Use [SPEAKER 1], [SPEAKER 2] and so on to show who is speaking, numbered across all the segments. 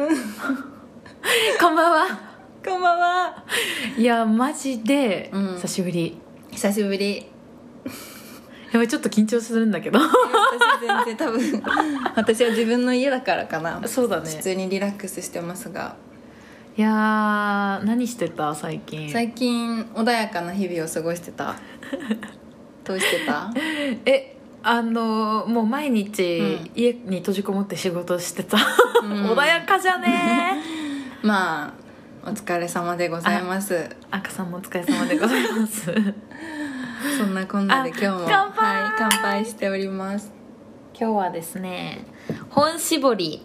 [SPEAKER 1] こんばんは
[SPEAKER 2] こんばんはい
[SPEAKER 1] やマジで
[SPEAKER 2] うん
[SPEAKER 1] 久しぶり、
[SPEAKER 2] 久しぶり
[SPEAKER 1] やばいちょっと緊張するんだけど
[SPEAKER 2] 私全然多分私は自分の家だからかな
[SPEAKER 1] そうだ
[SPEAKER 2] 普通にリラックスしてますが
[SPEAKER 1] いやー何してた最近
[SPEAKER 2] 最近穏やかな日々を過ごして たどうしてた
[SPEAKER 1] えあのーもう毎日、
[SPEAKER 2] うん
[SPEAKER 1] 家に閉じこもって仕事してた、
[SPEAKER 2] うん
[SPEAKER 1] 穏やかじゃね
[SPEAKER 2] まあお疲れ様でございます
[SPEAKER 1] ー 赤さんもお疲れ様でございます 今
[SPEAKER 2] そんなこんなで今日も
[SPEAKER 1] あ乾杯
[SPEAKER 2] はい、乾杯しております
[SPEAKER 1] 日はですね本搾り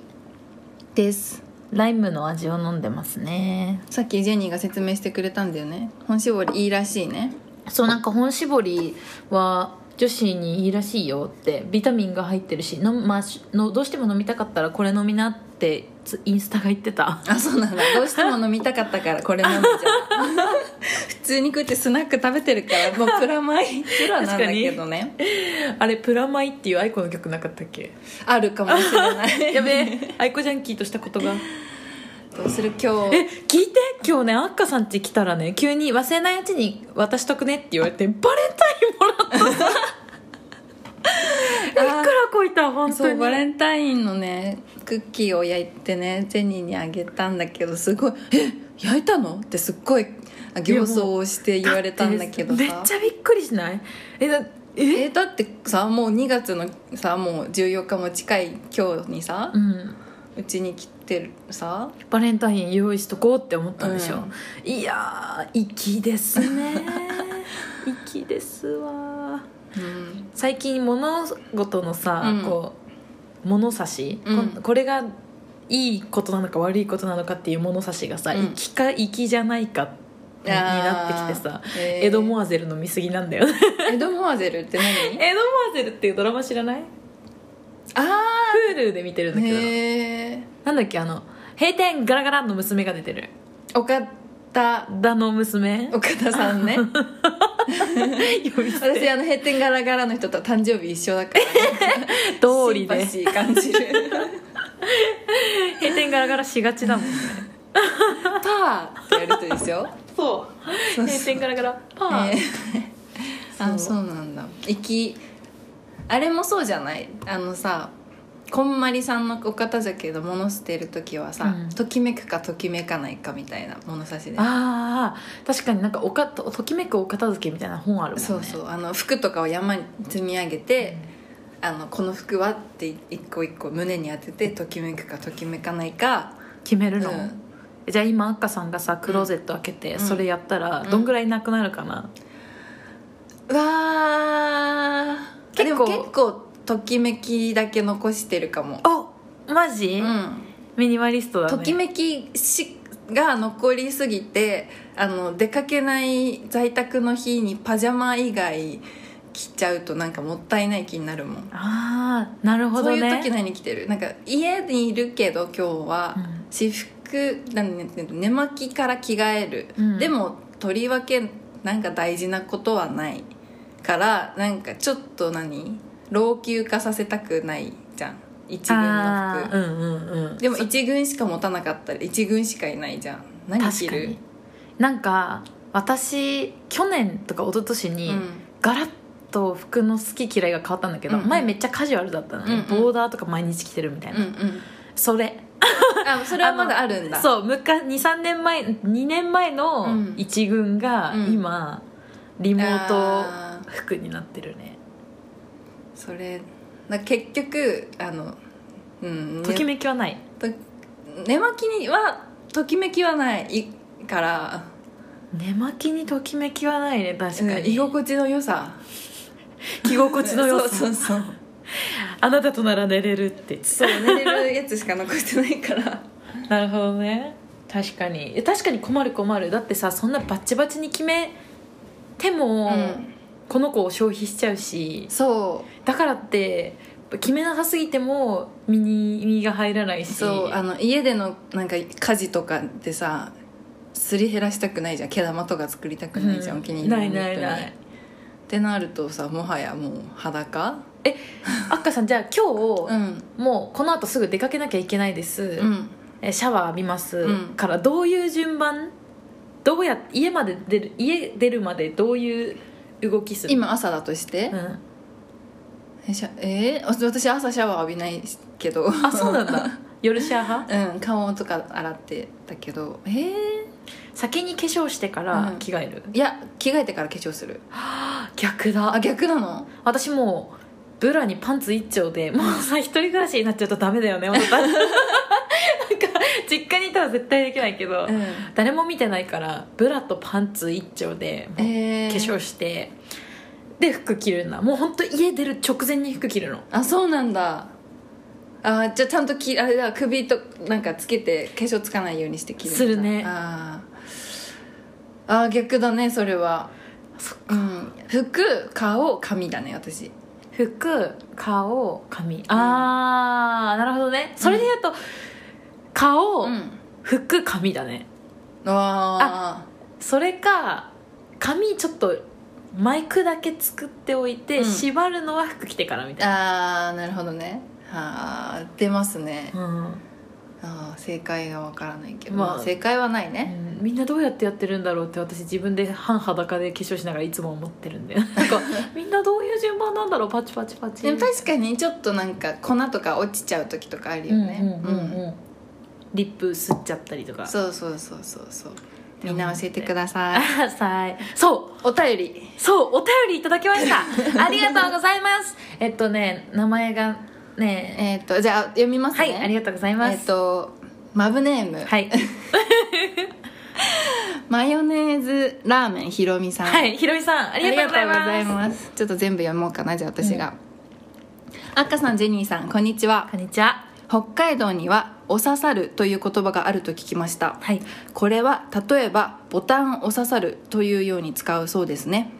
[SPEAKER 2] です
[SPEAKER 1] ライムの味を飲んでますね
[SPEAKER 2] さっきジェニーが説明してくれたんだよね本絞りいいらしいね
[SPEAKER 1] そうなんか本搾りは女子にいいらしいよってビタミンが入ってるしの、まあ、しのどうしても飲みたかったらこれ飲みなってつインスタが言ってた
[SPEAKER 2] あそうなんだどうしても飲みたかったからこれ飲んでじゃん普通にこうやってスナック食べてるからもうプラマイプラなんだけどね
[SPEAKER 1] あれ「プラマイ」っていう愛子の曲なかったっけ
[SPEAKER 2] あるかもしれない
[SPEAKER 1] やべえ 愛子ジャンキーとしたことが
[SPEAKER 2] どうする今
[SPEAKER 1] え
[SPEAKER 2] 日
[SPEAKER 1] 聞いて今日ねあっかさん家来たらね急に忘れないうちに渡しとくねって言われ てバレンタインもらった えいくらこいた本
[SPEAKER 2] そ
[SPEAKER 1] 当
[SPEAKER 2] う
[SPEAKER 1] に
[SPEAKER 2] バレンタインのねクッキーを焼いてねジェニーにあげたんだけどすごい「え焼いたの?」ってすっごいあ形相をして言われたんだけどさ
[SPEAKER 1] めっちゃびっくりしないえだえ
[SPEAKER 2] えだってさもう2月のさもう14日も近い今日にさ
[SPEAKER 1] うん
[SPEAKER 2] うちに来てるさ
[SPEAKER 1] バレンタイン用意しとこうって思ったんでしょ、
[SPEAKER 2] う
[SPEAKER 1] いやー粋です ね粋ですわ
[SPEAKER 2] うん
[SPEAKER 1] 最近物事のさ、
[SPEAKER 2] うん
[SPEAKER 1] こう物差し、
[SPEAKER 2] うん
[SPEAKER 1] ここれがいいことなのか悪いことなのかっていう物差しがさ
[SPEAKER 2] うん
[SPEAKER 1] 粋、か粋じゃないかにになってきてさ、エド・モ
[SPEAKER 2] ア
[SPEAKER 1] アゼルの見過ぎなんだよね
[SPEAKER 2] エドモアゼルって何
[SPEAKER 1] エド・モアゼルっていうドラマ知らない
[SPEAKER 2] あ
[SPEAKER 1] Hulu で見てるん
[SPEAKER 2] あ
[SPEAKER 1] だけど
[SPEAKER 2] へえ
[SPEAKER 1] なんだっけあの閉店ガラガラの娘が出てる
[SPEAKER 2] 岡田
[SPEAKER 1] だの 娘
[SPEAKER 2] 岡田さ んね
[SPEAKER 1] 呼び捨て
[SPEAKER 2] 私あの閉店ガラガラの人と誕生日一緒だから
[SPEAKER 1] 通りで
[SPEAKER 2] シンパシー感じ る
[SPEAKER 1] 閉店ガラガラしがちだもんね
[SPEAKER 2] パーってやる人ですよ
[SPEAKER 1] そう
[SPEAKER 2] そう
[SPEAKER 1] 閉店ガラガラパー、
[SPEAKER 2] えー あ
[SPEAKER 1] そ
[SPEAKER 2] そううなんだきあれもそうじゃないあのさこんまりさんのお方じゃけど物捨てる時はさ、
[SPEAKER 1] うん
[SPEAKER 2] ときめくかときめかないかみたいな物差しで
[SPEAKER 1] ああ確かになんかおかとときめくお片付けみたいな本あるもんね
[SPEAKER 2] そうそうあの服とかを山に積み上げて、あのこの服はって一個一個胸に当ててときめくかときめかないか、
[SPEAKER 1] 決め
[SPEAKER 2] う
[SPEAKER 1] る
[SPEAKER 2] ん、
[SPEAKER 1] の、じゃあ今赤さんがさクローゼット開けて
[SPEAKER 2] ん
[SPEAKER 1] それやったらどんぐらいなくなるかな、
[SPEAKER 2] うわー
[SPEAKER 1] 結
[SPEAKER 2] でも
[SPEAKER 1] 構
[SPEAKER 2] 結構ときめきだけ残してるかも
[SPEAKER 1] あマジ、
[SPEAKER 2] うん
[SPEAKER 1] ミニマリストだね
[SPEAKER 2] ときめきしが残りすぎてあの出かけない在宅の日にパジャマ以外着ちゃうとなんかもったいない気になるもん、
[SPEAKER 1] ああなるほど
[SPEAKER 2] そう
[SPEAKER 1] ね
[SPEAKER 2] いう時何着てるなんか家にいるけど今日は
[SPEAKER 1] うん
[SPEAKER 2] 私服なんね寝巻きから着替える、
[SPEAKER 1] うん
[SPEAKER 2] でもとりわけなんか大事なことはないからなんかちょっと何老朽化させたくないじゃん一軍の
[SPEAKER 1] あ
[SPEAKER 2] 服
[SPEAKER 1] ーうんうんうん
[SPEAKER 2] でも一軍しか持たなかったら一軍しかいないじゃん何着
[SPEAKER 1] 確か
[SPEAKER 2] る
[SPEAKER 1] になんか私去年とか一昨年に、ガラッと服の好き嫌いが変わったんだけど、
[SPEAKER 2] うんうん
[SPEAKER 1] 前めっちゃカジュアルだったのね、
[SPEAKER 2] うんうん
[SPEAKER 1] ボーダーとか毎日着てるみたい
[SPEAKER 2] うん
[SPEAKER 1] な、
[SPEAKER 2] うんうん
[SPEAKER 1] それ
[SPEAKER 2] あそれはまだあるんだう
[SPEAKER 1] そう昔23年前2年前の
[SPEAKER 2] うん
[SPEAKER 1] 一軍が
[SPEAKER 2] うん
[SPEAKER 1] 今、リモート服になってるね
[SPEAKER 2] それだ結局あのうん
[SPEAKER 1] とき
[SPEAKER 2] め
[SPEAKER 1] めきはない
[SPEAKER 2] 寝巻きにはときめきはないいから
[SPEAKER 1] 寝巻きにときめきはないね確か
[SPEAKER 2] うん居
[SPEAKER 1] に、
[SPEAKER 2] 心地の良さ
[SPEAKER 1] 着心地の良さ
[SPEAKER 2] そうそうそう
[SPEAKER 1] あなたとなら寝れるって
[SPEAKER 2] そう寝れるやつしか残してないから
[SPEAKER 1] なるほどね確かにえ確かに困る困るだってさそんなバッチバチに決めても、この子を消費しちゃうし
[SPEAKER 2] そ
[SPEAKER 1] だからって決めなさすぎても身に身が入らないうし
[SPEAKER 2] そうあの家でのなんか家事とかでさすり減らしたくないじゃん毛玉とか作りたくないじゃん、
[SPEAKER 1] うん
[SPEAKER 2] お気に入りの
[SPEAKER 1] ないない
[SPEAKER 2] ニットに
[SPEAKER 1] ない
[SPEAKER 2] ってなるとさもはやもう裸
[SPEAKER 1] あっかさんじゃあ今日、
[SPEAKER 2] うん
[SPEAKER 1] もうこの後すぐ出かけなきゃいけないです、
[SPEAKER 2] うん
[SPEAKER 1] えーシャワー浴びます、
[SPEAKER 2] うん
[SPEAKER 1] からどういう順番どうや家まで出る家出るまでどういう動きする、
[SPEAKER 2] 今朝だとして
[SPEAKER 1] う、ん、
[SPEAKER 2] えシャえー私朝シャワー浴びないけど
[SPEAKER 1] あそうなんだ 夜シャワー派
[SPEAKER 2] うん顔とか洗ってたけどえー、
[SPEAKER 1] 先に化粧してから着替える、
[SPEAKER 2] いや着替えてから化粧する
[SPEAKER 1] 逆だ
[SPEAKER 2] あ逆なの
[SPEAKER 1] 私もうブラにパンツ一丁でもうさ一人暮らしになっちゃうとダメだよねま たなんか実家にいたら絶対できないけど、
[SPEAKER 2] うん
[SPEAKER 1] 誰も見てないからブラとパンツ一丁でもう
[SPEAKER 2] えー、
[SPEAKER 1] 化粧して、で服着るんだもう本当家出る直前に服着るの
[SPEAKER 2] あそうなんだあじゃあちゃんときあれだ首となんかつけて化粧つかないようにして着るんだ
[SPEAKER 1] するね
[SPEAKER 2] あーあー逆だねそれは
[SPEAKER 1] そっ
[SPEAKER 2] うん服顔髪だね私
[SPEAKER 1] 服顔髪あーなるほどねそれで言うと、顔、
[SPEAKER 2] うん
[SPEAKER 1] 服髪だね
[SPEAKER 2] あ
[SPEAKER 1] それか髪ちょっとマイクだけ作っておいて、
[SPEAKER 2] うん
[SPEAKER 1] 縛るのは服着てからみ
[SPEAKER 2] ー
[SPEAKER 1] たい
[SPEAKER 2] あーなるほどねはあ出ますね
[SPEAKER 1] な、うん
[SPEAKER 2] あー正解がわからないけど、
[SPEAKER 1] まあ
[SPEAKER 2] まあ、正解はないね
[SPEAKER 1] みんなどうやってやってるんだろうって私自分で半裸で化粧しながらいつも思ってる んでなんかみんなどういう順番なんだろうパチパチパチ
[SPEAKER 2] でも確かにちょっとなんか粉とか落ちちゃう時とかあるよね
[SPEAKER 1] うんうんうん
[SPEAKER 2] うん
[SPEAKER 1] うんリップ吸っちゃったりとか
[SPEAKER 2] そうそうそうそうそうみんな教えてください
[SPEAKER 1] あさい そう
[SPEAKER 2] お便り
[SPEAKER 1] そう、お便りいただきま した。ありがとうございます。えっとね、名前がね、
[SPEAKER 2] えっ、とじゃあ読みますね
[SPEAKER 1] はい、ありがとうございま
[SPEAKER 2] えっ、
[SPEAKER 1] す。
[SPEAKER 2] とマブネーム、
[SPEAKER 1] はい、
[SPEAKER 2] マヨネーズラーメンひろみさん、
[SPEAKER 1] はい、ひろみさん、あ
[SPEAKER 2] あ
[SPEAKER 1] り
[SPEAKER 2] り
[SPEAKER 1] が
[SPEAKER 2] が
[SPEAKER 1] と
[SPEAKER 2] と
[SPEAKER 1] う
[SPEAKER 2] う
[SPEAKER 1] ご
[SPEAKER 2] ご
[SPEAKER 1] ざ
[SPEAKER 2] ざ
[SPEAKER 1] います。
[SPEAKER 2] いますちょっと全部読もうかなじゃあ私が、あっかさんジェニーさんこんにちは
[SPEAKER 1] こんにちは。
[SPEAKER 2] 北海道には「お刺さる」という言葉があると聞きました
[SPEAKER 1] はい、
[SPEAKER 2] これは例えば「ボタンを刺さる」というように使うそうですね、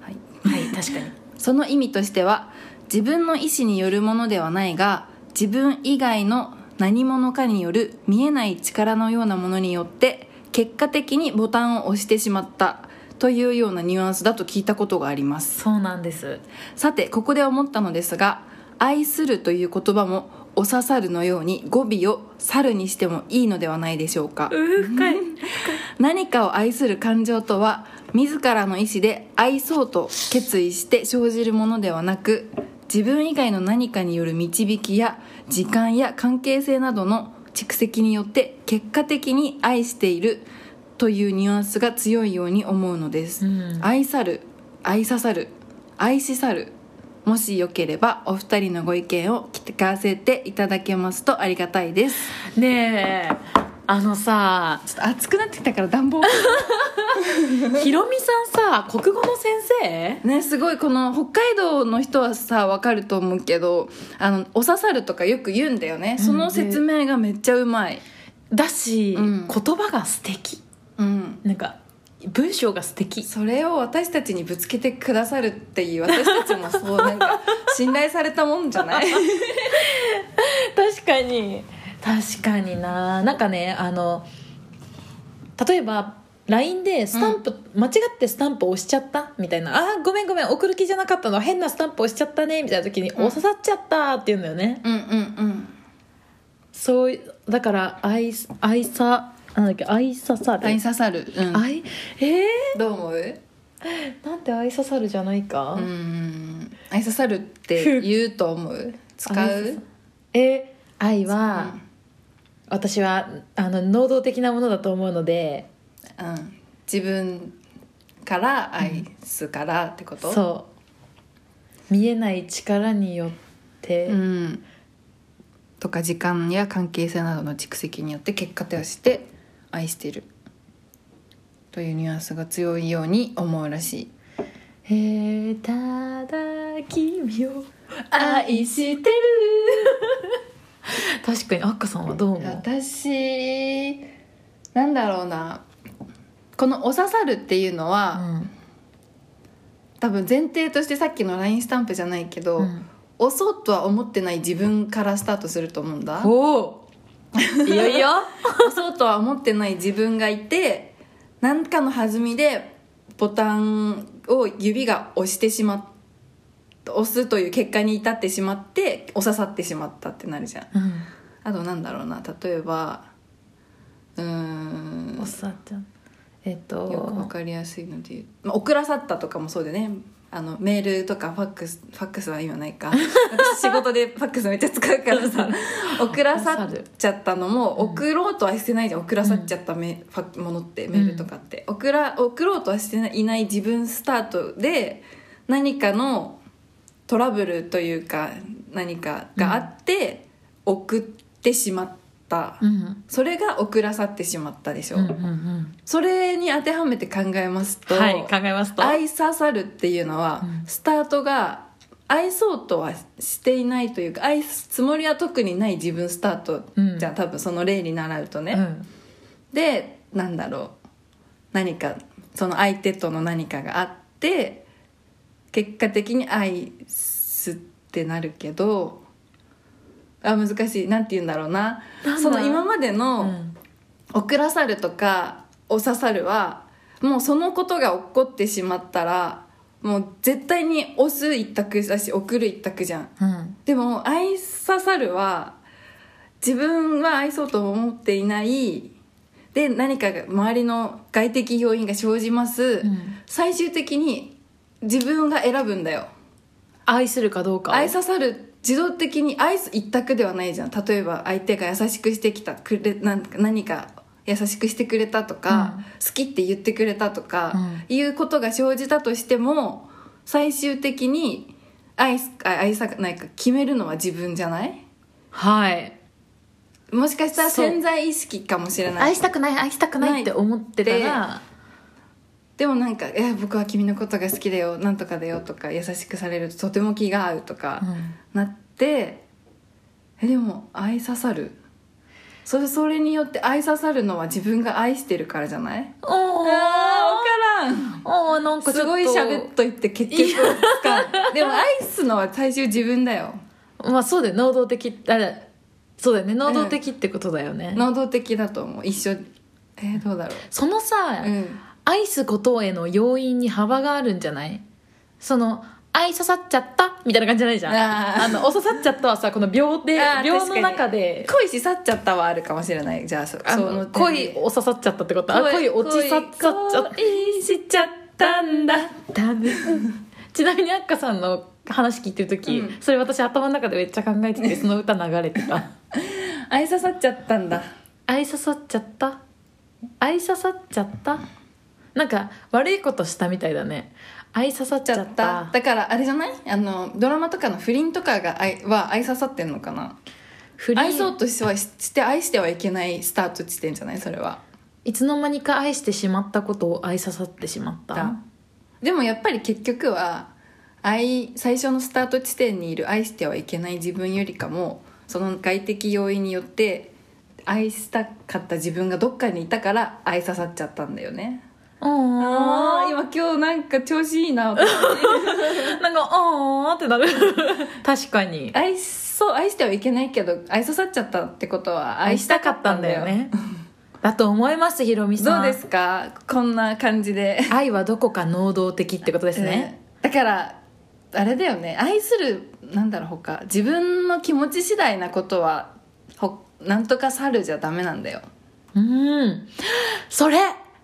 [SPEAKER 2] はい、
[SPEAKER 1] はい、確かに。
[SPEAKER 2] その意味としては自分の意思によるものではないが自分以外の何者かによる見えない力のようなものによって結果的にボタンを押してしまったというようなニュアンスだと聞いたことがあります
[SPEAKER 1] そうなんです。
[SPEAKER 2] さてここで思ったのですが「愛する」という言葉も「おささる」のように語尾を「猿」にしてもいいのではないでしょうか
[SPEAKER 1] うー、深い。
[SPEAKER 2] 何かを愛する感情とは自らの意思で愛そうと決意して生じるものではなく自分以外の何かによる導きや時間や関係性などの蓄積によって結果的に愛しているというニュアンスが強いように思うのです、
[SPEAKER 1] うん
[SPEAKER 2] 愛さる愛ささる愛しさるもしよければお二人のご意見を聞かせていただけますとありがたいです
[SPEAKER 1] ねえ、あのさ、
[SPEAKER 2] ちょっと暑くなってきたから暖房
[SPEAKER 1] ひろみさんさ、国語の先生
[SPEAKER 2] ねすごいこの北海道の人はさわかると思うけどあのお刺さるとかよく言うんだよねその説明がめっちゃうまい、
[SPEAKER 1] だし、
[SPEAKER 2] うん
[SPEAKER 1] 言葉が素敵。
[SPEAKER 2] うん、
[SPEAKER 1] なんか、文章が素敵。
[SPEAKER 2] それを私たちにぶつけてくださるっていう私たちもそうなんか信頼されたもんじゃない
[SPEAKER 1] 確かに確かにななんかねあの例えば LINE でスタンプ、間違ってスタンプ押しちゃったみたいな「あーごめんごめん送る気じゃなかったの変なスタンプ押しちゃったね」みたいな時に「
[SPEAKER 2] ん
[SPEAKER 1] お刺さっちゃった」って言うんだよね、
[SPEAKER 2] うんうん
[SPEAKER 1] そういうだから愛す「愛さ」なんだっけ「愛ささ
[SPEAKER 2] う
[SPEAKER 1] る」
[SPEAKER 2] ん愛刺さる、うん、
[SPEAKER 1] 愛え
[SPEAKER 2] どう思う
[SPEAKER 1] ー、なんて愛ささるじゃないか、
[SPEAKER 2] うん愛刺さるって言うと思う使
[SPEAKER 1] 愛さ
[SPEAKER 2] う
[SPEAKER 1] さえ愛は、
[SPEAKER 2] うん
[SPEAKER 1] 私はあの能動的なものだと思うので
[SPEAKER 2] うん、自分から愛すからってこと、
[SPEAKER 1] そう見えない力によって、
[SPEAKER 2] うん、とか時間や関係性などの蓄積によって結果として愛してるというニュアンスが強いように思うらしい
[SPEAKER 1] えー、ただ君を愛してる 確かにアッカさんはどう思う
[SPEAKER 2] 私なんだろうなこの「お刺さる」っていうの
[SPEAKER 1] う
[SPEAKER 2] は、
[SPEAKER 1] ん
[SPEAKER 2] 多分前提としてさっきの LINE スタンプじゃないけど、
[SPEAKER 1] うん
[SPEAKER 2] 押そうとは思ってない自分からスタートすると思うんだ
[SPEAKER 1] おおいよいよ
[SPEAKER 2] 押そうとは思ってない自分がいて何かの弾みでボタンを指が押してしまっ押すという結果に至ってしまってお刺さってしまったってなるじゃ
[SPEAKER 1] う
[SPEAKER 2] ん
[SPEAKER 1] ん
[SPEAKER 2] あとなんだろうな例えばうーん
[SPEAKER 1] おっさんちゃんえっと
[SPEAKER 2] よくわかりやすいので言う、まあ、送らさったとかもそうでねあのメールとかファックスファックスは今な いか私仕事でファックスめっちゃ使うからさ送らさっちゃったのも
[SPEAKER 1] うん
[SPEAKER 2] 送ろうとはしてないじゃん送らさっちゃったメ、ファものってメールとかって、送ら送ろうとはしてないいない自分スタートで何かのトラブルというか何かがあって、送ってしまっ
[SPEAKER 1] う
[SPEAKER 2] た、
[SPEAKER 1] んうん
[SPEAKER 2] それが送らさってしまったでしょ、
[SPEAKER 1] うんうん
[SPEAKER 2] それに当てはめて考えます
[SPEAKER 1] う
[SPEAKER 2] と、
[SPEAKER 1] んはい考えますと
[SPEAKER 2] 愛ささるっていうのは、
[SPEAKER 1] うん
[SPEAKER 2] スタートが愛そうとはしていないというか愛すつもりは特にない自分スタート
[SPEAKER 1] うん
[SPEAKER 2] じゃん、多分その例に習うとね、
[SPEAKER 1] うん
[SPEAKER 2] でなんだろう何かその相手との何かがあって結果的に愛すってなるけどあ難しいなんて言うんだろうな
[SPEAKER 1] なんだ
[SPEAKER 2] その今までの、
[SPEAKER 1] うん
[SPEAKER 2] 送らさるとかお刺さるはもうそのことが起こってしまったらもう絶対に押す一択だし送る一択じゃん
[SPEAKER 1] うん
[SPEAKER 2] でも愛ささるは自分は愛そうとも思っていないで何かが周りの外的要因が生じます、
[SPEAKER 1] うん
[SPEAKER 2] 最終的に自分が選ぶんだよ
[SPEAKER 1] 愛するかどうかを
[SPEAKER 2] 愛ささる自動的に愛す一択ではないじゃん例えば相手が優しくしてきたくれなんか何か優しくしてくれたとか、
[SPEAKER 1] うん
[SPEAKER 2] 好きって言ってくれたとか、いうことが生じたとしても最終的に愛すあ愛さないか決めるのは自分じゃない
[SPEAKER 1] はい
[SPEAKER 2] もしかしたら
[SPEAKER 1] そう
[SPEAKER 2] 潜在意識かもしれない
[SPEAKER 1] 愛したくない愛したくないって思ってたら
[SPEAKER 2] でもなんか「え僕は君のことが好きだよなんとかだよ」とか優しくされるととても気が合うとか、
[SPEAKER 1] うん
[SPEAKER 2] なってえでも愛ささるそれそれによって愛ささるのは自分が愛してるからじゃない
[SPEAKER 1] おー
[SPEAKER 2] 分からん
[SPEAKER 1] おーなんかちょ
[SPEAKER 2] す
[SPEAKER 1] っと
[SPEAKER 2] ごい喋っといて結局つかん でも愛すのは最終自分だよ
[SPEAKER 1] まあそうだよ能動的あれそうだよね能動的ってことだよね、
[SPEAKER 2] 能動的だと思う一緒えーどうだろ
[SPEAKER 1] そのさ、
[SPEAKER 2] ううん
[SPEAKER 1] 愛すことへの要因に幅があるんじゃないその愛刺さっちゃったみたいな感じじゃないじゃん
[SPEAKER 2] あー
[SPEAKER 1] のお刺さっちゃったはさこの秒で
[SPEAKER 2] あー
[SPEAKER 1] 秒
[SPEAKER 2] 確か
[SPEAKER 1] の
[SPEAKER 2] に
[SPEAKER 1] 中で
[SPEAKER 2] 恋し去っちゃったはあるかもしれないじゃあそ
[SPEAKER 1] あ
[SPEAKER 2] そ
[SPEAKER 1] の
[SPEAKER 2] の
[SPEAKER 1] 恋
[SPEAKER 2] を
[SPEAKER 1] を刺さっちゃったってことあ恋
[SPEAKER 2] 恋
[SPEAKER 1] 落ちさっさっちゃっ
[SPEAKER 2] 恋しちゃったんだ
[SPEAKER 1] ダメちなみにあっかさんの話聞いてる時、
[SPEAKER 2] うん
[SPEAKER 1] それ私頭の中でめっちゃ考えててその歌流れてた
[SPEAKER 2] 愛ささっちゃったんだ
[SPEAKER 1] 愛刺さっちゃった愛刺さっちゃったなんか悪いことしたみたいだね愛刺さっち
[SPEAKER 2] ち
[SPEAKER 1] ゃ
[SPEAKER 2] ゃ
[SPEAKER 1] っ
[SPEAKER 2] ったただからあれじゃないあのドラマとかの不倫とかが愛は愛ささってんのかな
[SPEAKER 1] 不倫
[SPEAKER 2] 愛そうとしてはしして愛してはいけないスタート地点じゃないそれはい
[SPEAKER 1] つの間にか愛してしまったことを愛ささってしまった
[SPEAKER 2] だでもやっぱり結局は愛最初のスタート地点にいる愛してはいけない自分よりかもその外的要因によって愛したかった自分がどっかにいたから愛ささっちゃったんだよねああ
[SPEAKER 1] あ
[SPEAKER 2] 今今日なんか調子いいな
[SPEAKER 1] ーなんかあーってなる確かに
[SPEAKER 2] 愛そう愛してはいけないけど愛ささっちゃったってことは
[SPEAKER 1] 愛したかったんだよねだと思いますひろみさ
[SPEAKER 2] ど
[SPEAKER 1] ん
[SPEAKER 2] うですかこんな感じで
[SPEAKER 1] 愛はどこか能動的ってことですね、
[SPEAKER 2] えーだからあれだよね愛するなんだろう他自分の気持ち次第なことはほなんとか去るじゃダメなんだよ
[SPEAKER 1] うんそれ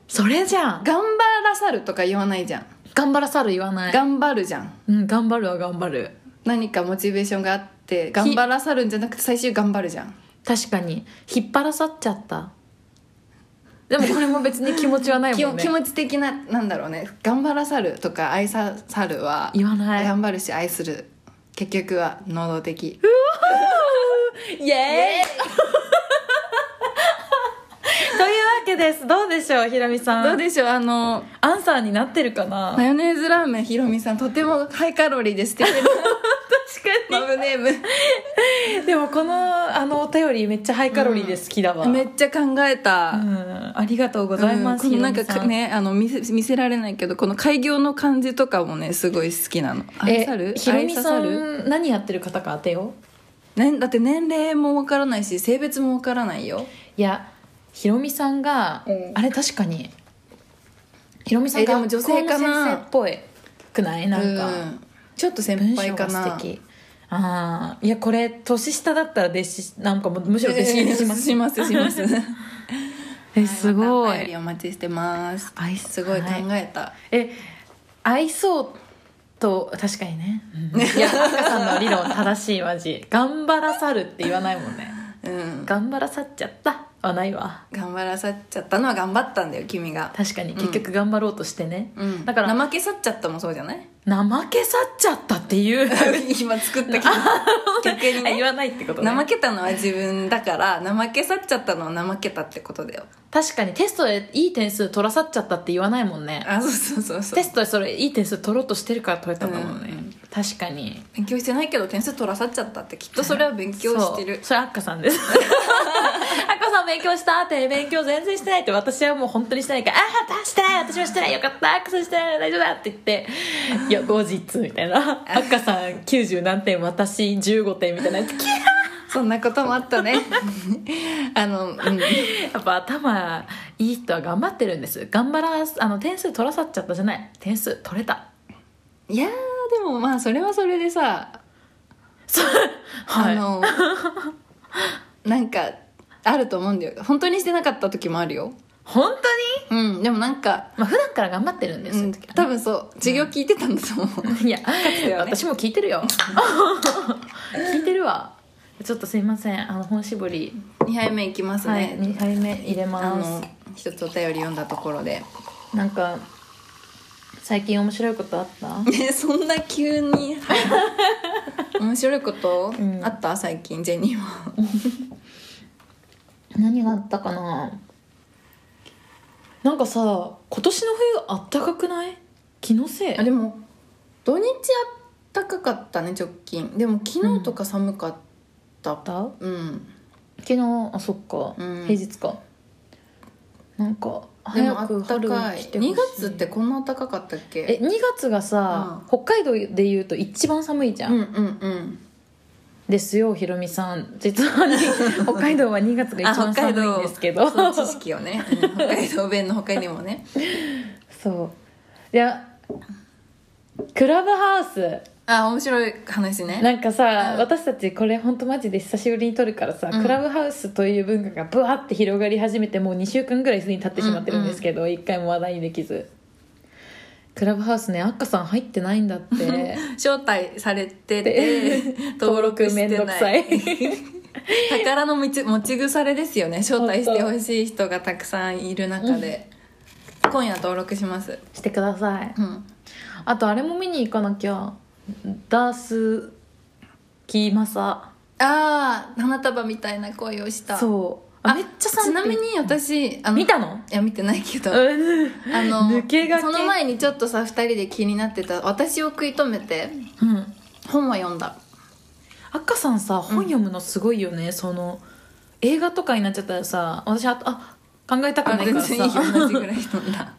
[SPEAKER 1] それじゃん
[SPEAKER 2] 頑張らさるとか言わないじゃん
[SPEAKER 1] 頑張らさる言わない
[SPEAKER 2] 頑張るじゃん
[SPEAKER 1] うん頑張るは頑張る
[SPEAKER 2] 何かモチベーションがあって頑張らさるんじゃなくて最終頑張るじゃん
[SPEAKER 1] 確かに引っ張らさっちゃったでもこれも別に気持ちはない
[SPEAKER 2] 気
[SPEAKER 1] もん
[SPEAKER 2] も
[SPEAKER 1] ね
[SPEAKER 2] 気持ち的ななんだろうね頑張らさるとか愛ささるは
[SPEAKER 1] 言わない
[SPEAKER 2] 頑張るし愛する結局は能動的
[SPEAKER 1] イエーイというわけですどうでしょうひろみさん
[SPEAKER 2] どうでしょうあの
[SPEAKER 1] アンサーになってるかな
[SPEAKER 2] マヨネーズラーメンひろみさんとてもハイカロリーで 素敵な
[SPEAKER 1] 確
[SPEAKER 2] ラブネーム
[SPEAKER 1] でもこのあのお便りめっちゃハイカロリーで好きだわ、
[SPEAKER 2] めっちゃ考え
[SPEAKER 1] う
[SPEAKER 2] た、
[SPEAKER 1] んありがとうございます、
[SPEAKER 2] うんこの
[SPEAKER 1] ひろ
[SPEAKER 2] なん
[SPEAKER 1] みさん
[SPEAKER 2] かねあの見せ見せられないけどこの開業の感じとかもねすごい好きなの愛さる
[SPEAKER 1] えひろみ
[SPEAKER 2] 愛
[SPEAKER 1] さ
[SPEAKER 2] さる、
[SPEAKER 1] ん何やってる方か当てよう
[SPEAKER 2] ね、だって年齢もわからないし性別もわからないよ
[SPEAKER 1] いやひろみさんが、
[SPEAKER 2] うん
[SPEAKER 1] あれ確かにひろみさん
[SPEAKER 2] えで
[SPEAKER 1] が
[SPEAKER 2] も女性か
[SPEAKER 1] 学校
[SPEAKER 2] な
[SPEAKER 1] の先生っぽいくないなんか、
[SPEAKER 2] うんちょっと先輩か
[SPEAKER 1] 文章が
[SPEAKER 2] な
[SPEAKER 1] 素敵ああいやこれ年下だったら弟子なんかもうむしろ弟子入りし ます、
[SPEAKER 2] しますします
[SPEAKER 1] え すご
[SPEAKER 2] はいまたお便り
[SPEAKER 1] い
[SPEAKER 2] お待ちしてます
[SPEAKER 1] 愛
[SPEAKER 2] すごい考えた、
[SPEAKER 1] え愛そうと確かにね、うんいやアッカさんの理論正しいマジ頑張らさるって言わないもんね
[SPEAKER 2] うん
[SPEAKER 1] 頑張らさっちゃったはないわ
[SPEAKER 2] 頑張らさっちゃったのは頑張ったんだよ君が
[SPEAKER 1] 確かに
[SPEAKER 2] うん
[SPEAKER 1] 結局頑張ろうとしてね、
[SPEAKER 2] うん
[SPEAKER 1] だから
[SPEAKER 2] 怠け去っちゃったもそうじ ゃない
[SPEAKER 1] 怠け去っちゃったっていう
[SPEAKER 2] 今作っ たけど逆に
[SPEAKER 1] 言
[SPEAKER 2] ね
[SPEAKER 1] わないってことね
[SPEAKER 2] 怠けたのは自分だから怠け去っちゃったのは怠けたってことだよ
[SPEAKER 1] 確かにテストでいい点数取らさっちゃったって言わないもんね
[SPEAKER 2] あそうそうそうそう
[SPEAKER 1] テストでそれいい点数取ろうとしてるから取れたんだもんね、
[SPEAKER 2] うんうん
[SPEAKER 1] 確かに
[SPEAKER 2] 勉強してないけど点数取らさっちゃったってきっとそれは勉強してる
[SPEAKER 1] そうそれアッカさんです アッカさん勉強したって勉強全然してないって私はもう本当にしてないから「ああ出してない私もしてないよかったアッカさんしてない大丈夫だ」って言っ て「いや後日」みたいな「アッカさん90何点私15点」みたいな やつキャー
[SPEAKER 2] そんなこともあった ねあの、うん、
[SPEAKER 1] やっぱ頭いい人は頑張ってるんです頑張らあの点数取らさっちゃったじゃない点数取れた
[SPEAKER 2] いやーでもまあそれはそれでさ
[SPEAKER 1] そう
[SPEAKER 2] あのなんかあると思うんだよ本当にしてなかった時もあるよ
[SPEAKER 1] 本当に
[SPEAKER 2] うんでもなんか、
[SPEAKER 1] まあ普段から頑張ってるんです
[SPEAKER 2] う
[SPEAKER 1] よ、
[SPEAKER 2] ん、
[SPEAKER 1] そういう時は
[SPEAKER 2] 多分そう授業聞いてたんだと思 う、
[SPEAKER 1] いや、
[SPEAKER 2] てはね
[SPEAKER 1] 私も聞いてる よ聞いてるわちょっとすいませんあの本絞り、
[SPEAKER 2] 2杯目いきますね、
[SPEAKER 1] はい2杯目入れ
[SPEAKER 2] あ
[SPEAKER 1] ま
[SPEAKER 2] の一つお便り読んだところで
[SPEAKER 1] すなんか最近面白いことあった
[SPEAKER 2] ねそんな急 に、面白いこと、
[SPEAKER 1] うん
[SPEAKER 2] あった最近ジェニーは
[SPEAKER 1] 何があったかななんかさ今年の冬あったかくない気のせい
[SPEAKER 2] あでも土日あったかかったね直近でも昨日とか寒かった
[SPEAKER 1] だ
[SPEAKER 2] うん、
[SPEAKER 1] 昨日あそっか、
[SPEAKER 2] うん
[SPEAKER 1] 平日かなんか
[SPEAKER 2] でも
[SPEAKER 1] 早
[SPEAKER 2] あ
[SPEAKER 1] く
[SPEAKER 2] った
[SPEAKER 1] 春
[SPEAKER 2] かい
[SPEAKER 1] 来てほしい
[SPEAKER 2] 2月ってこんな暖かかったっけ
[SPEAKER 1] え2月がさ、北海道でいうと一番寒いじゃ
[SPEAKER 2] うんうん
[SPEAKER 1] ですよひろみさん実は、 ね、北海道は2月が一番寒いんですけ
[SPEAKER 2] う
[SPEAKER 1] ど
[SPEAKER 2] んその知識を ね、うん北海道弁の他にもね
[SPEAKER 1] そういやクラブハウス
[SPEAKER 2] あ面白い話ね
[SPEAKER 1] なんかさ、
[SPEAKER 2] うん
[SPEAKER 1] 私たちこれ本当マジで久しぶりに撮るからさ、
[SPEAKER 2] うん
[SPEAKER 1] クラブハウスという文化がブワーって広がり始めてもう2週間ぐらいすでに経ってしまってるんですけど、一回も話題にできずクラブハウスねアッカさん入ってないんだって
[SPEAKER 2] 招待されてて 登録して
[SPEAKER 1] めんどく
[SPEAKER 2] な
[SPEAKER 1] さい
[SPEAKER 2] い 宝の持ち持ち腐れですよね招待してほしい人がたくさんいる中で今夜登録します
[SPEAKER 1] してください
[SPEAKER 2] うん
[SPEAKER 1] あとあれも見に行かなきゃダースキーマサ
[SPEAKER 2] ああ花束みたいな恋をしたう
[SPEAKER 1] そう
[SPEAKER 2] あ
[SPEAKER 1] めっちゃ
[SPEAKER 2] ちなみに私あの
[SPEAKER 1] 見たの
[SPEAKER 2] いや見てないけど
[SPEAKER 1] うん
[SPEAKER 2] あの
[SPEAKER 1] 抜け駆け
[SPEAKER 2] その前にちょっとさ2人で気になってた私を食い止めて本は読んだ
[SPEAKER 1] 赤さんさ本読むのすごいよね、その映画とかになっちゃったらさ私ああ考えたく
[SPEAKER 2] あ
[SPEAKER 1] ないか
[SPEAKER 2] 全
[SPEAKER 1] ら
[SPEAKER 2] 然いいよ
[SPEAKER 1] さ
[SPEAKER 2] 同じぐらい読んだ、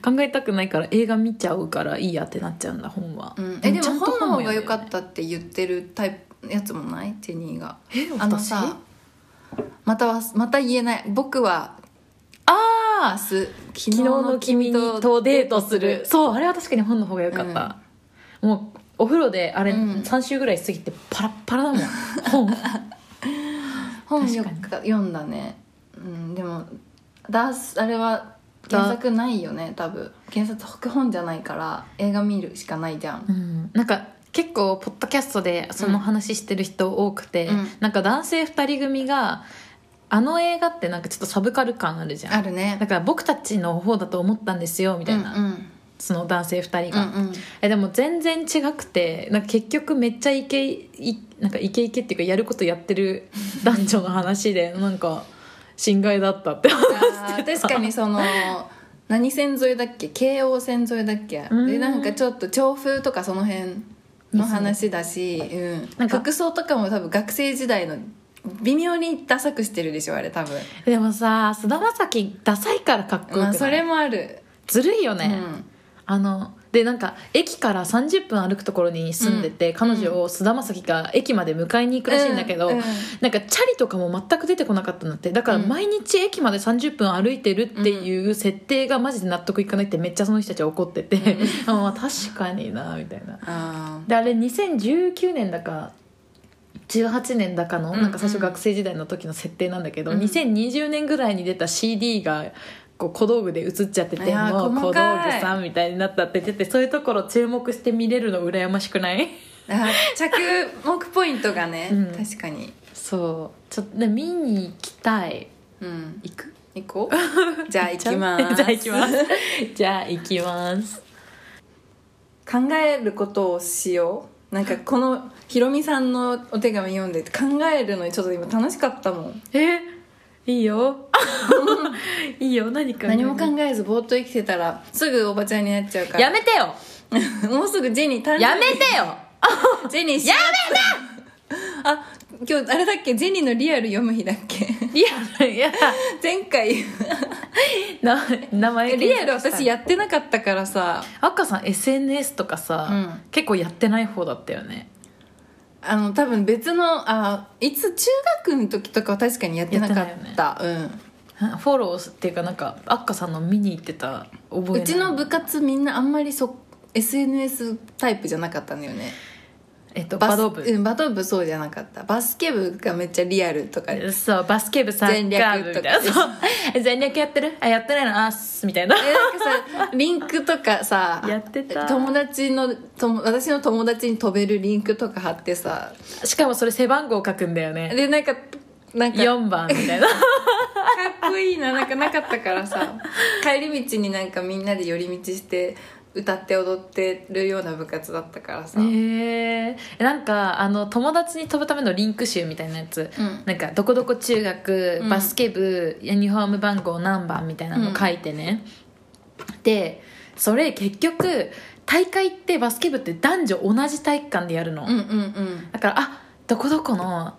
[SPEAKER 1] 考えたくないから映画見ちゃうからいいやってなっちゃうんだ本は、
[SPEAKER 2] うんうん、えで
[SPEAKER 1] ちゃ
[SPEAKER 2] も
[SPEAKER 1] んと
[SPEAKER 2] 本の方
[SPEAKER 1] も
[SPEAKER 2] が
[SPEAKER 1] 読
[SPEAKER 2] 良
[SPEAKER 1] む
[SPEAKER 2] か
[SPEAKER 1] よね
[SPEAKER 2] ったって言ってるタイプやつもないジェニーが
[SPEAKER 1] え私
[SPEAKER 2] あのさまたはまた言えない僕は明
[SPEAKER 1] ああ
[SPEAKER 2] 日昨日
[SPEAKER 1] 昨日の君にとデートするそうあれは確かに本の方が良かった、もうお風呂であれ
[SPEAKER 2] うん
[SPEAKER 1] 3週ぐらい過ぎてパラッパラだもん本
[SPEAKER 2] 本よ
[SPEAKER 1] 確
[SPEAKER 2] く読んだね、うん、でもダースあれは原作ないよね多分原作脚本じゃないから映画見るしかないじゃん
[SPEAKER 1] うんなんか結構ポッドキャストでその話してる人多くて、
[SPEAKER 2] うん
[SPEAKER 1] なんか男性2人組があの映画ってなんかちょっとサブカル感あるじゃん
[SPEAKER 2] あるね
[SPEAKER 1] だから僕たちの方だと思ったんですよみたいな、
[SPEAKER 2] うんうん
[SPEAKER 1] その男性2人
[SPEAKER 2] う
[SPEAKER 1] が、
[SPEAKER 2] んうん
[SPEAKER 1] えでも全然違くてなんか結局めっちゃイケイなんかイケイケっていうかやることやってる男女の話 でなんか心外だったって
[SPEAKER 2] あー 確かにその何線沿いだっけ京王線沿いだっけ
[SPEAKER 1] うん
[SPEAKER 2] でなんかちょっと調布とかその辺の話だし、うん、
[SPEAKER 1] なんか
[SPEAKER 2] 服装とかも多分学生時代の微妙にダサくしてるでしょあれ多分、
[SPEAKER 1] でもさ菅田将暉ダサいからかっこよくない、
[SPEAKER 2] まあそれもある、
[SPEAKER 1] ずるいよね、
[SPEAKER 2] うん
[SPEAKER 1] あのでなんか駅から30分歩くところに住んでて、
[SPEAKER 2] うん
[SPEAKER 1] 彼女を菅田将暉が駅まで迎えに行くらしいんだけど、
[SPEAKER 2] うんうん
[SPEAKER 1] なんかチャリとかも全く出てこなかったんだってだから
[SPEAKER 2] うん
[SPEAKER 1] 毎日駅まで30分歩いてるっていう設定がマジで納得いかないってめっちゃその人たちは怒ってて、 あまあ確かになみたいな
[SPEAKER 2] あ
[SPEAKER 1] であれ2019年だか18年だかの
[SPEAKER 2] うん
[SPEAKER 1] なんか最初学生時代の時の設定なんだけど、
[SPEAKER 2] うん
[SPEAKER 1] 2020年ぐらいに出た CD がこう小道具で映っちゃってて
[SPEAKER 2] いやー
[SPEAKER 1] もう小道具
[SPEAKER 2] 細かい
[SPEAKER 1] さんみたいになったって出てそういうところ注目して見れるの羨ましくない
[SPEAKER 2] ーあー着目ポイントがね、
[SPEAKER 1] うん
[SPEAKER 2] 確かに
[SPEAKER 1] そうちょっとね見に行きたい
[SPEAKER 2] うん
[SPEAKER 1] 行く
[SPEAKER 2] 行こ うじゃあ行きます
[SPEAKER 1] じゃあ行きます じゃあ行きます
[SPEAKER 2] 考えることをしようなんかこのひろみさんのお手紙読んでて考えるのにちょっと今楽しかったもん
[SPEAKER 1] えいいよ いいよ何か
[SPEAKER 2] 何も考えずぼーっと生きてたらすぐおばちゃんになっちゃうから
[SPEAKER 1] やめてよ
[SPEAKER 2] もうすぐジェニー誕生日
[SPEAKER 1] やめてよ
[SPEAKER 2] ジェニーやめなあ今日あれだっけジェニーのリアル読む日だっけ
[SPEAKER 1] いやいや
[SPEAKER 2] 前回
[SPEAKER 1] な名前
[SPEAKER 2] リアル私やってなかったからさ
[SPEAKER 1] 赤さん SNS とかさ、
[SPEAKER 2] うん
[SPEAKER 1] 結構やってない方だったよね
[SPEAKER 2] あの多分別のあいつ中学の時とかは確かにやってなかった
[SPEAKER 1] フォローっていうかなんか赤さんの見に行ってた覚え
[SPEAKER 2] うん、
[SPEAKER 1] ないう
[SPEAKER 2] ちの部活みんなあんまりそ SNS タイプじゃなかったんだよね
[SPEAKER 1] えっと
[SPEAKER 2] バス
[SPEAKER 1] バド部、
[SPEAKER 2] うん、バド部そうじゃなかったバスケ部がめっちゃリアルとかえ
[SPEAKER 1] そうバスケ部サッカー部みたいな
[SPEAKER 2] 全略とか
[SPEAKER 1] そうえ全略やってるあやってないのあっすみたいな
[SPEAKER 2] なんかさリンクとかさ
[SPEAKER 1] やってた
[SPEAKER 2] 友達の友私の友達に飛べるリンクとか貼ってさ
[SPEAKER 1] しかもそれ背番号書くんだよね
[SPEAKER 2] でなんかなんか
[SPEAKER 1] 4番みたいな
[SPEAKER 2] かっこいいななんかなかったからさ帰り道になんかみんなで寄り道して歌って踊ってるような部活だったからさ、
[SPEAKER 1] へえなんかあの友達に飛ぶためのリンク集みたいなやつ、
[SPEAKER 2] うん
[SPEAKER 1] なんかどこどこ中学
[SPEAKER 2] うん
[SPEAKER 1] バスケ部、ユニフォーム番号何番みたいなの書いてね、でそれ結局大会ってバスケ部って男女同じ体育館でやるの、
[SPEAKER 2] うんうんうん
[SPEAKER 1] だからあどこどこの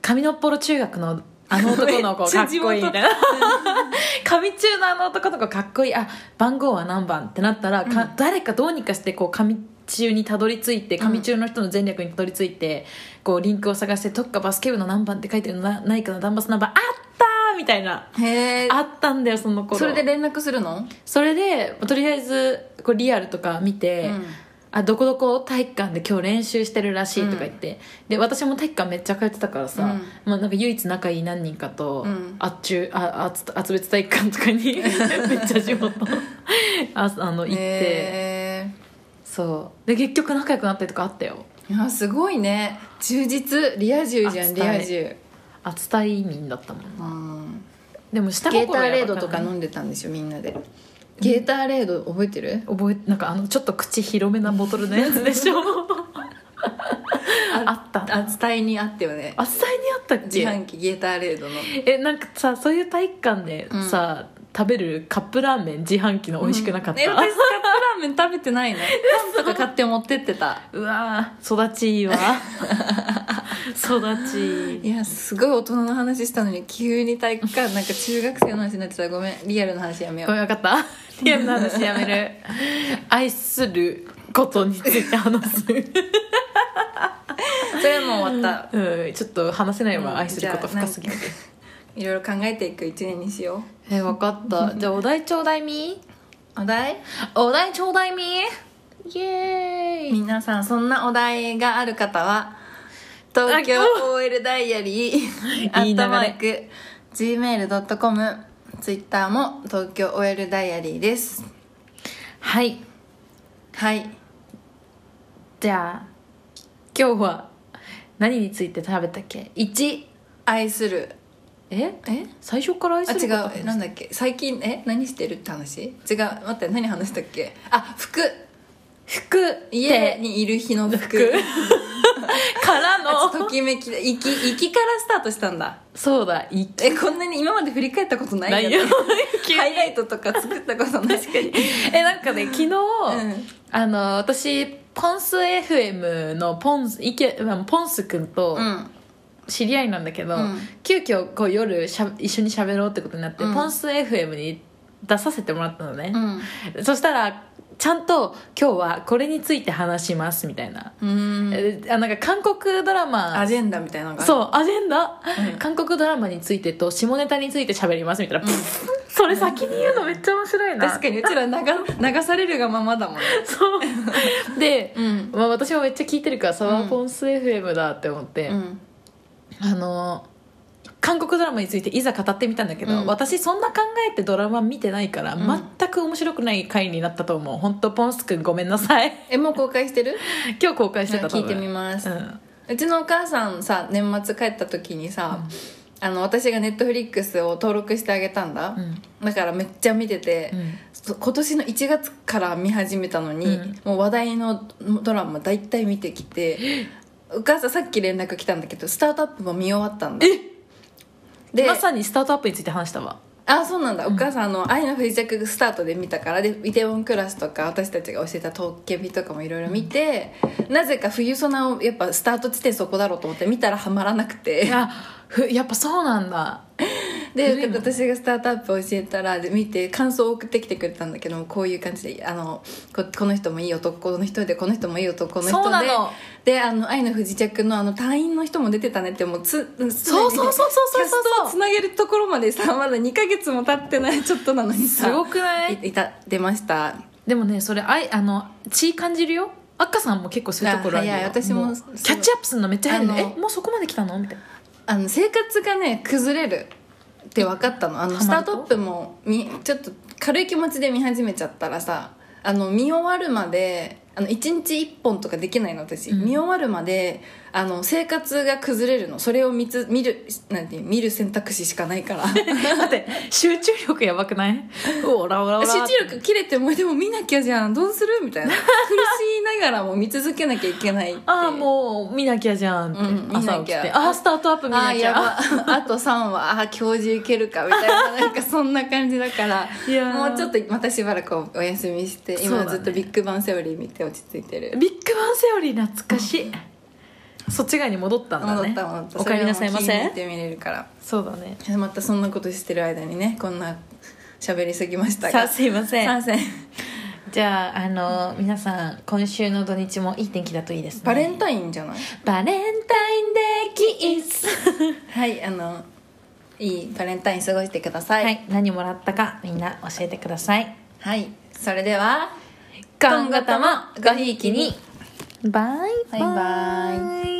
[SPEAKER 1] 上のっぽろ中学のあの男の子
[SPEAKER 2] めっち
[SPEAKER 1] か
[SPEAKER 2] ゃ
[SPEAKER 1] っ
[SPEAKER 2] 地
[SPEAKER 1] こ
[SPEAKER 2] 元
[SPEAKER 1] いいみたい な上中のあの男の子かっこいいあ番号は何番ってなったらか、
[SPEAKER 2] うん
[SPEAKER 1] 誰かどうにかしてこう上中にたどり着いて
[SPEAKER 2] うん
[SPEAKER 1] 上中の人の前略にたどり着いて、こうリンクを探して「どっかバスケ部の何番」って書いてるのなないかなダンバスナンバーあったーみたいな
[SPEAKER 2] へえ
[SPEAKER 1] あったんだよその頃
[SPEAKER 2] それで連絡するの、
[SPEAKER 1] それでとりあえずこうリアルとか見て、
[SPEAKER 2] うん
[SPEAKER 1] あどこどこ体育館で今日練習してるらしいとか言って、で私も体育館めっちゃ通ってたからさ、
[SPEAKER 2] うん
[SPEAKER 1] まあ、なんか唯一仲いい何人かと、
[SPEAKER 2] うん
[SPEAKER 1] あっちゅうああつ厚別体育館とか にめっちゃ地元ああの行って、
[SPEAKER 2] へ
[SPEAKER 1] そうで結局仲良くなったりとかあったよ
[SPEAKER 2] えいやすごいね充実リア充じゃ
[SPEAKER 1] あ
[SPEAKER 2] んリ
[SPEAKER 1] 伝え
[SPEAKER 2] ア充
[SPEAKER 1] 熱帯民だったもん
[SPEAKER 2] うん
[SPEAKER 1] でも下
[SPEAKER 2] ゲ
[SPEAKER 1] 心
[SPEAKER 2] ーターレードとか
[SPEAKER 1] の
[SPEAKER 2] 飲んでたんでしょみんなでゲーターレード覚えてる
[SPEAKER 1] 覚えなんかあのちょっと口広めなボトルのやつでし ょ あった
[SPEAKER 2] あ伝えにあったよね
[SPEAKER 1] 熱帯にあったっけ
[SPEAKER 2] 自販機ゲーターレードの
[SPEAKER 1] えなんかさそういう体育館でさ、食べるカップラーメン自販機の美味しくなかった、
[SPEAKER 2] え私カップラーメン食べて ないのパンとか買って持ってってた
[SPEAKER 1] うわー育ちいい わ育ちいい
[SPEAKER 2] いやすごい大人の話したのに急に体育館なんか中学生の話になってたらごめんリアルの話やめよ
[SPEAKER 1] ご
[SPEAKER 2] う
[SPEAKER 1] めん分かったリアルな話やめ る愛することについて話す
[SPEAKER 2] それはもう終わっ
[SPEAKER 1] うんちょっと話せないわ、
[SPEAKER 2] うん
[SPEAKER 1] 愛すること
[SPEAKER 2] じゃあ
[SPEAKER 1] 深すぎて
[SPEAKER 2] たいろいろ考えていく一年にしよ
[SPEAKER 1] え分かったじゃあお題ちょうだいみ
[SPEAKER 2] うお題
[SPEAKER 1] お題ちょうだいみイエーイ
[SPEAKER 2] 皆さんそんなお題がある方は東京 OL ダイアリーア
[SPEAKER 1] いい流れ
[SPEAKER 2] ットマーク Gmail.com ツイッターも東京 OL ダイアリーです
[SPEAKER 1] はい
[SPEAKER 2] はい
[SPEAKER 1] じゃあ今日は何について食べたっけ1
[SPEAKER 2] 愛する
[SPEAKER 1] え
[SPEAKER 2] え
[SPEAKER 1] 最初から愛
[SPEAKER 2] あ
[SPEAKER 1] する
[SPEAKER 2] 違
[SPEAKER 1] こと
[SPEAKER 2] うなんだっけ最近え何してるって話違う待って何話したっけあ服
[SPEAKER 1] 服
[SPEAKER 2] 家
[SPEAKER 1] 家
[SPEAKER 2] にいる日の服
[SPEAKER 1] 服から
[SPEAKER 2] あ
[SPEAKER 1] の
[SPEAKER 2] ときめきだ行き行きからスタートしたんだ
[SPEAKER 1] そうだい
[SPEAKER 2] えこんなに今まで振り返ったことない
[SPEAKER 1] ないよ
[SPEAKER 2] よねハイライトとか作ったことない確かに
[SPEAKER 1] えなんかね昨日、
[SPEAKER 2] ん
[SPEAKER 1] あの私ポンス FM のポンスいけうんポンスくんと
[SPEAKER 2] うん
[SPEAKER 1] 知り合いなんだけど、
[SPEAKER 2] うん
[SPEAKER 1] 急遽こう夜しゃ一緒に喋ろうってことになって、
[SPEAKER 2] うん
[SPEAKER 1] ポンス FM に出させてもらったのね、
[SPEAKER 2] うん
[SPEAKER 1] そしたらちゃんと今日はこれについて話しますみたいな、
[SPEAKER 2] うん
[SPEAKER 1] えあなんか韓国ドラマ
[SPEAKER 2] アジェンダみたいなのがう
[SPEAKER 1] そうアジェンダ、
[SPEAKER 2] うん
[SPEAKER 1] 韓国ドラマについてと下ネタについて喋りますみたいな、 それ先に言うのめっちゃ面白いな
[SPEAKER 2] 確かにうちら流流されるがままだもんね
[SPEAKER 1] そうで、
[SPEAKER 2] うん
[SPEAKER 1] まあ、私もめっちゃ聞いてるからサワーポンス FM だって思って、
[SPEAKER 2] うん
[SPEAKER 1] あの韓国ドラマについていざ語ってみたんだけど、
[SPEAKER 2] うん
[SPEAKER 1] 私そんな考えてドラマ見てないから、
[SPEAKER 2] ん
[SPEAKER 1] 全く面白くない回になったと思う本当ポンスくんごめんなさい
[SPEAKER 2] えもう公開してる
[SPEAKER 1] 今日公開してた
[SPEAKER 2] 聞いてみます、
[SPEAKER 1] う
[SPEAKER 2] うんちのお母さんさ年末帰った時にさ、あの私がネットフリックスを登録してあげたんだ、
[SPEAKER 1] うん
[SPEAKER 2] だからめっちゃ見てて、
[SPEAKER 1] うん
[SPEAKER 2] そ今年の1月から見始めたのに、
[SPEAKER 1] うん
[SPEAKER 2] もう話題のドラマ大体見てきてお母さんさっき連絡来たんだけどスタートアップも見終わったんだで
[SPEAKER 1] まさにスタートアップについて話したわ
[SPEAKER 2] あそうなんだ、お母さんあの「愛の不時着」スタートで見たからで「イテウォンクラス」とか私たちが教えた「トッケビ」とかもいろいろ見て、なぜか冬ソナをやっぱスタート地点そこだろうと思って見たらハマらなく
[SPEAKER 1] い
[SPEAKER 2] て
[SPEAKER 1] やふやっぱそうなんだ
[SPEAKER 2] で私がスタートアップを教えたらで見て感想を送ってきてくれたんだけどこういう感じであのここの人もいい男の人でこの人もいい男の人で
[SPEAKER 1] そうなの
[SPEAKER 2] であの「愛の不時着の」あの隊員の人も出てたねってもうつそ
[SPEAKER 1] そ
[SPEAKER 2] う
[SPEAKER 1] うそうそうそうそうそう
[SPEAKER 2] キャストをつなげるところまでさまだ2か月も経ってないちょっとなのにさ
[SPEAKER 1] すごくない
[SPEAKER 2] いいた出ました
[SPEAKER 1] でもねそれあいあの血感じるよ赤さんも結構そういうところあるよ
[SPEAKER 2] いや早い私も
[SPEAKER 1] うキャッチアップするのめっちゃ早いの
[SPEAKER 2] あの
[SPEAKER 1] えもうそこまで来たのみたいな
[SPEAKER 2] あの生活がね崩れるって分かったのあの
[SPEAKER 1] ハ
[SPEAKER 2] スタ
[SPEAKER 1] マ
[SPEAKER 2] ー
[SPEAKER 1] ると
[SPEAKER 2] トアップもみちょっと軽い気持ちで見始めちゃったらさあの見終わるまであの1日1本とかできないの私、
[SPEAKER 1] うん
[SPEAKER 2] 見終わるまであの生活が崩れるのそれを見つ見るなんていう見る選択肢しかな いから集
[SPEAKER 1] だって集中力やばくないオラオラオラ
[SPEAKER 2] 中力切れてもでも見なきゃじゃんどうするみたいな苦しいながらも見続けなきゃいけないって
[SPEAKER 1] ああもう見なきゃじゃんって、
[SPEAKER 2] うん
[SPEAKER 1] 朝起き
[SPEAKER 2] 見なき
[SPEAKER 1] て
[SPEAKER 2] ゃ
[SPEAKER 1] ああスタートアップ見
[SPEAKER 2] あ
[SPEAKER 1] な
[SPEAKER 2] ー
[SPEAKER 1] き
[SPEAKER 2] や
[SPEAKER 1] ゃ
[SPEAKER 2] ば あと3話あー今日中いけるかみたいななんかそんな感じだから
[SPEAKER 1] いやー
[SPEAKER 2] もうちょっとまたしばらくお休みして
[SPEAKER 1] そう
[SPEAKER 2] 今
[SPEAKER 1] だね
[SPEAKER 2] ずっと「ビッグバンセオリー」見て落ち着いてる
[SPEAKER 1] ビッグバンセオリー懐かしい、そっち側に戻ったんだね
[SPEAKER 2] 戻った戻った
[SPEAKER 1] お帰りなさいま
[SPEAKER 2] それはも
[SPEAKER 1] せ
[SPEAKER 2] う気に入って見れるから
[SPEAKER 1] そうだね
[SPEAKER 2] またそんなことしてる間にねこんな喋りすぎました
[SPEAKER 1] さあ
[SPEAKER 2] が
[SPEAKER 1] すいません
[SPEAKER 2] 参戦
[SPEAKER 1] じゃああの皆さん今週の土日もいい天気だといいですね
[SPEAKER 2] バレンタインじゃない
[SPEAKER 1] バレンタインデーキス
[SPEAKER 2] はいあのいいバレンタイン過ごしてくださ
[SPEAKER 1] はいい何もらったかみんな教えてください
[SPEAKER 2] はい、それでは
[SPEAKER 1] 今後ともごひいきにバイ
[SPEAKER 2] バイ
[SPEAKER 1] バイ